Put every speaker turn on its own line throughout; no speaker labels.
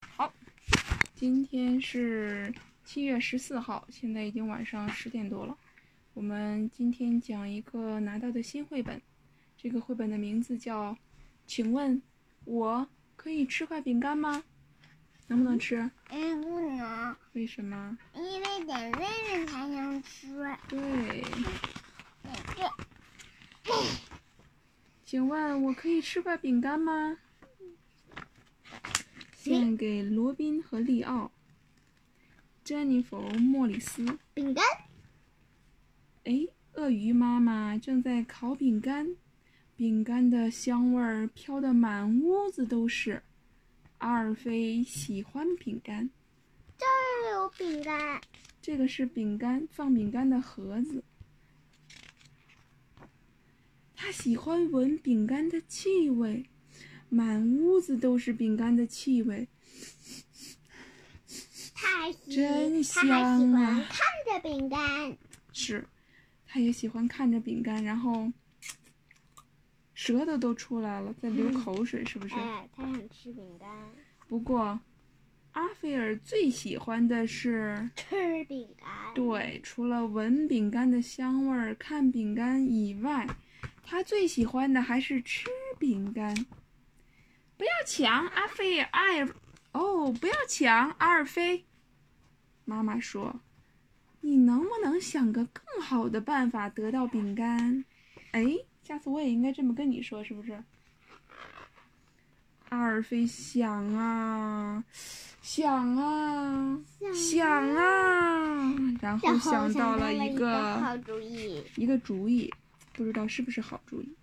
好，今天是七月十四号，现在已经晚上十点多了。我们今天讲一个拿到的新绘本，这个绘本的名字叫《请问我可以吃块饼干吗？能不能吃？
嗯，不能，
为什么？
因为得喂了才能吃。
对，
得喂，
请问我可以吃块饼干吗？献给罗宾和利奥，詹妮弗·莫里斯。
饼干，
哎，鳄鱼妈妈正在烤饼干，饼干的香味儿飘得满屋子都是。阿尔菲喜欢饼干，
这儿有饼干，
这个是饼干放饼干的盒子。他喜欢闻饼干的气味，满屋子都是饼干的气味。
他喜，
真
他还喜
香啊
欢看着饼干，
是，他也喜欢看着饼干，然后舌头都出来了，在流口水，是不是？
哎，他想吃饼干，
不过，阿菲尔最喜欢的是，
吃饼干，
对，除了闻饼干的香味儿、看饼干以外，他最喜欢的还是吃饼干。不要抢，阿菲尔，阿尔，哦，不要抢，阿尔菲。妈妈说：“你能不能想个更好的办法得到饼干？”哎，下次我也应该这么跟你说，是不是？阿尔菲想啊，想啊，想啊，然后
然后
想到
到
了
一
一个
好主意，
一个主意，不知道是不是好主意。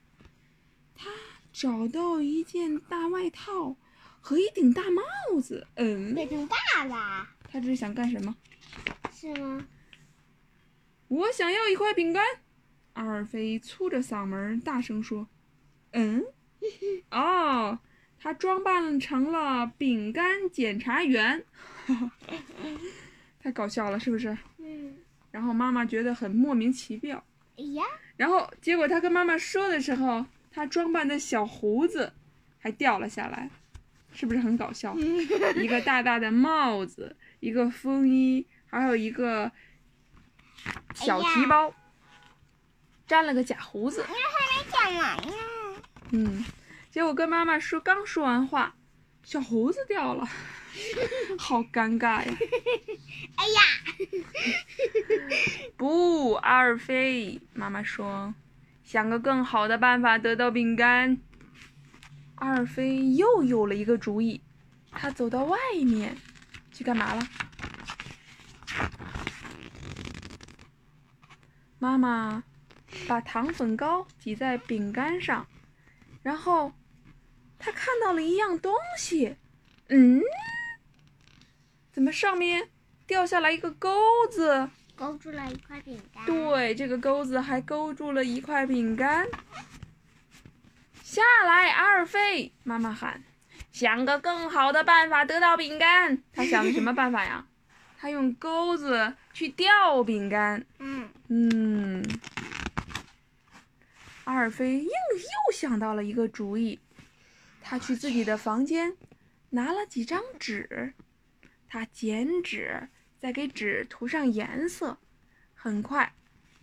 他找到一件大外套和一顶大帽子，嗯，
变成大了，
他这是想干什么？
是吗？
我想要一块饼干。阿尔菲粗着嗓门大声说：“嗯， 哦，他装扮成了饼干检查员， 太搞笑了，是不是？”
嗯，
然后妈妈觉得很莫名其妙。
哎呀，
然后结果他跟妈妈说的时候，他装扮的小胡子还掉了下来，是不是很搞笑？
嗯
一个大大的帽子，一个风衣，还有一个小提包，粘了个假胡子。
干嘛呀？
嗯，结果跟妈妈说刚说完话，小胡子掉了， 好尴尬呀！
哎呀，
不，阿尔菲，妈妈说，想个更好的办法得到饼干。阿尔菲又有了一个主意，他走到外面去干嘛了？妈妈把糖粉糕挤在饼干上，然后他看到了一样东西，嗯，怎么上面掉下来一个钩子？
勾住了一块饼干，，
对，这个钩子还勾住了一块饼干。下来，阿尔菲！妈妈喊：“想个更好的办法得到饼干。”他想的什么办法呀？他用钩子去吊饼干。
嗯，
嗯，阿尔菲又又想到了一个主意，他去自己的房间拿了几张纸，他剪纸，再给纸涂上颜色。很快，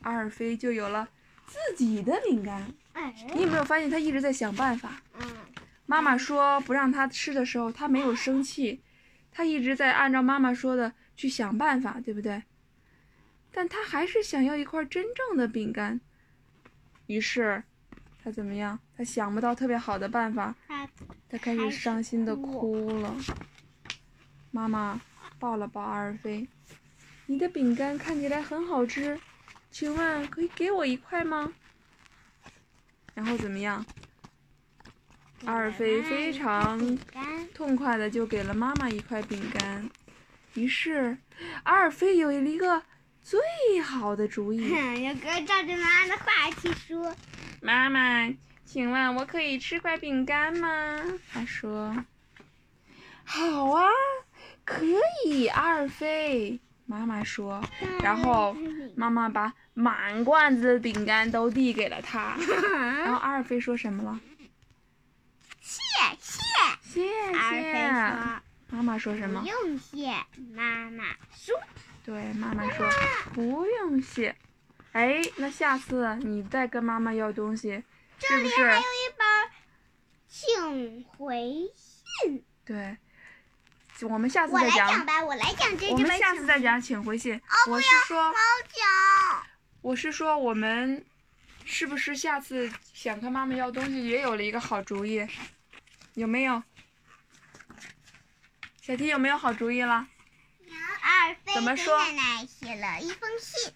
阿尔菲就有了自己的饼干。
哎，
你有没有发现他一直在想办法？
嗯，
妈妈说不让他吃的时候，他没有生气，他一直在按照妈妈说的去想办法，对不对？但他还是想要一块真正的饼干。于是，他怎么样？他想不到特别好的办法，
他
他开始伤心的哭了。妈妈抱了抱阿尔菲，你的饼干看起来很好吃，请问可以给我一块吗？然后怎么样？阿尔菲非常
啊饼干，
痛快的就给了妈妈一块饼干。于是，阿尔菲有了一个最好的主意。
有个照着妈妈的话去说，
妈妈，请问我可以吃块饼干吗？他说：“好啊，可以，阿尔菲。”妈妈说，然后妈妈把满罐子的饼干都递给了他。然后阿尔菲说什么了？
谢谢。
谢谢。
阿尔菲说：“
妈妈说什
不
么？
用谢妈妈说，
对，妈妈说不用谢。哎，那下次你再跟妈妈要东西，
这
是
里
不
还
是？
有一本请回信，
对，我们下次
我
再
来讲
讲。
吧，我来讲这
我
这
们
本
下次
请哦
再讲，请回信。我是说，
好
我是说，我们是不是下次想跟妈妈要东西，也有了一个好主意？有没有？小迪有没有好主意了？
讲。二飞
怎么
给
说
奶奶写了一封信，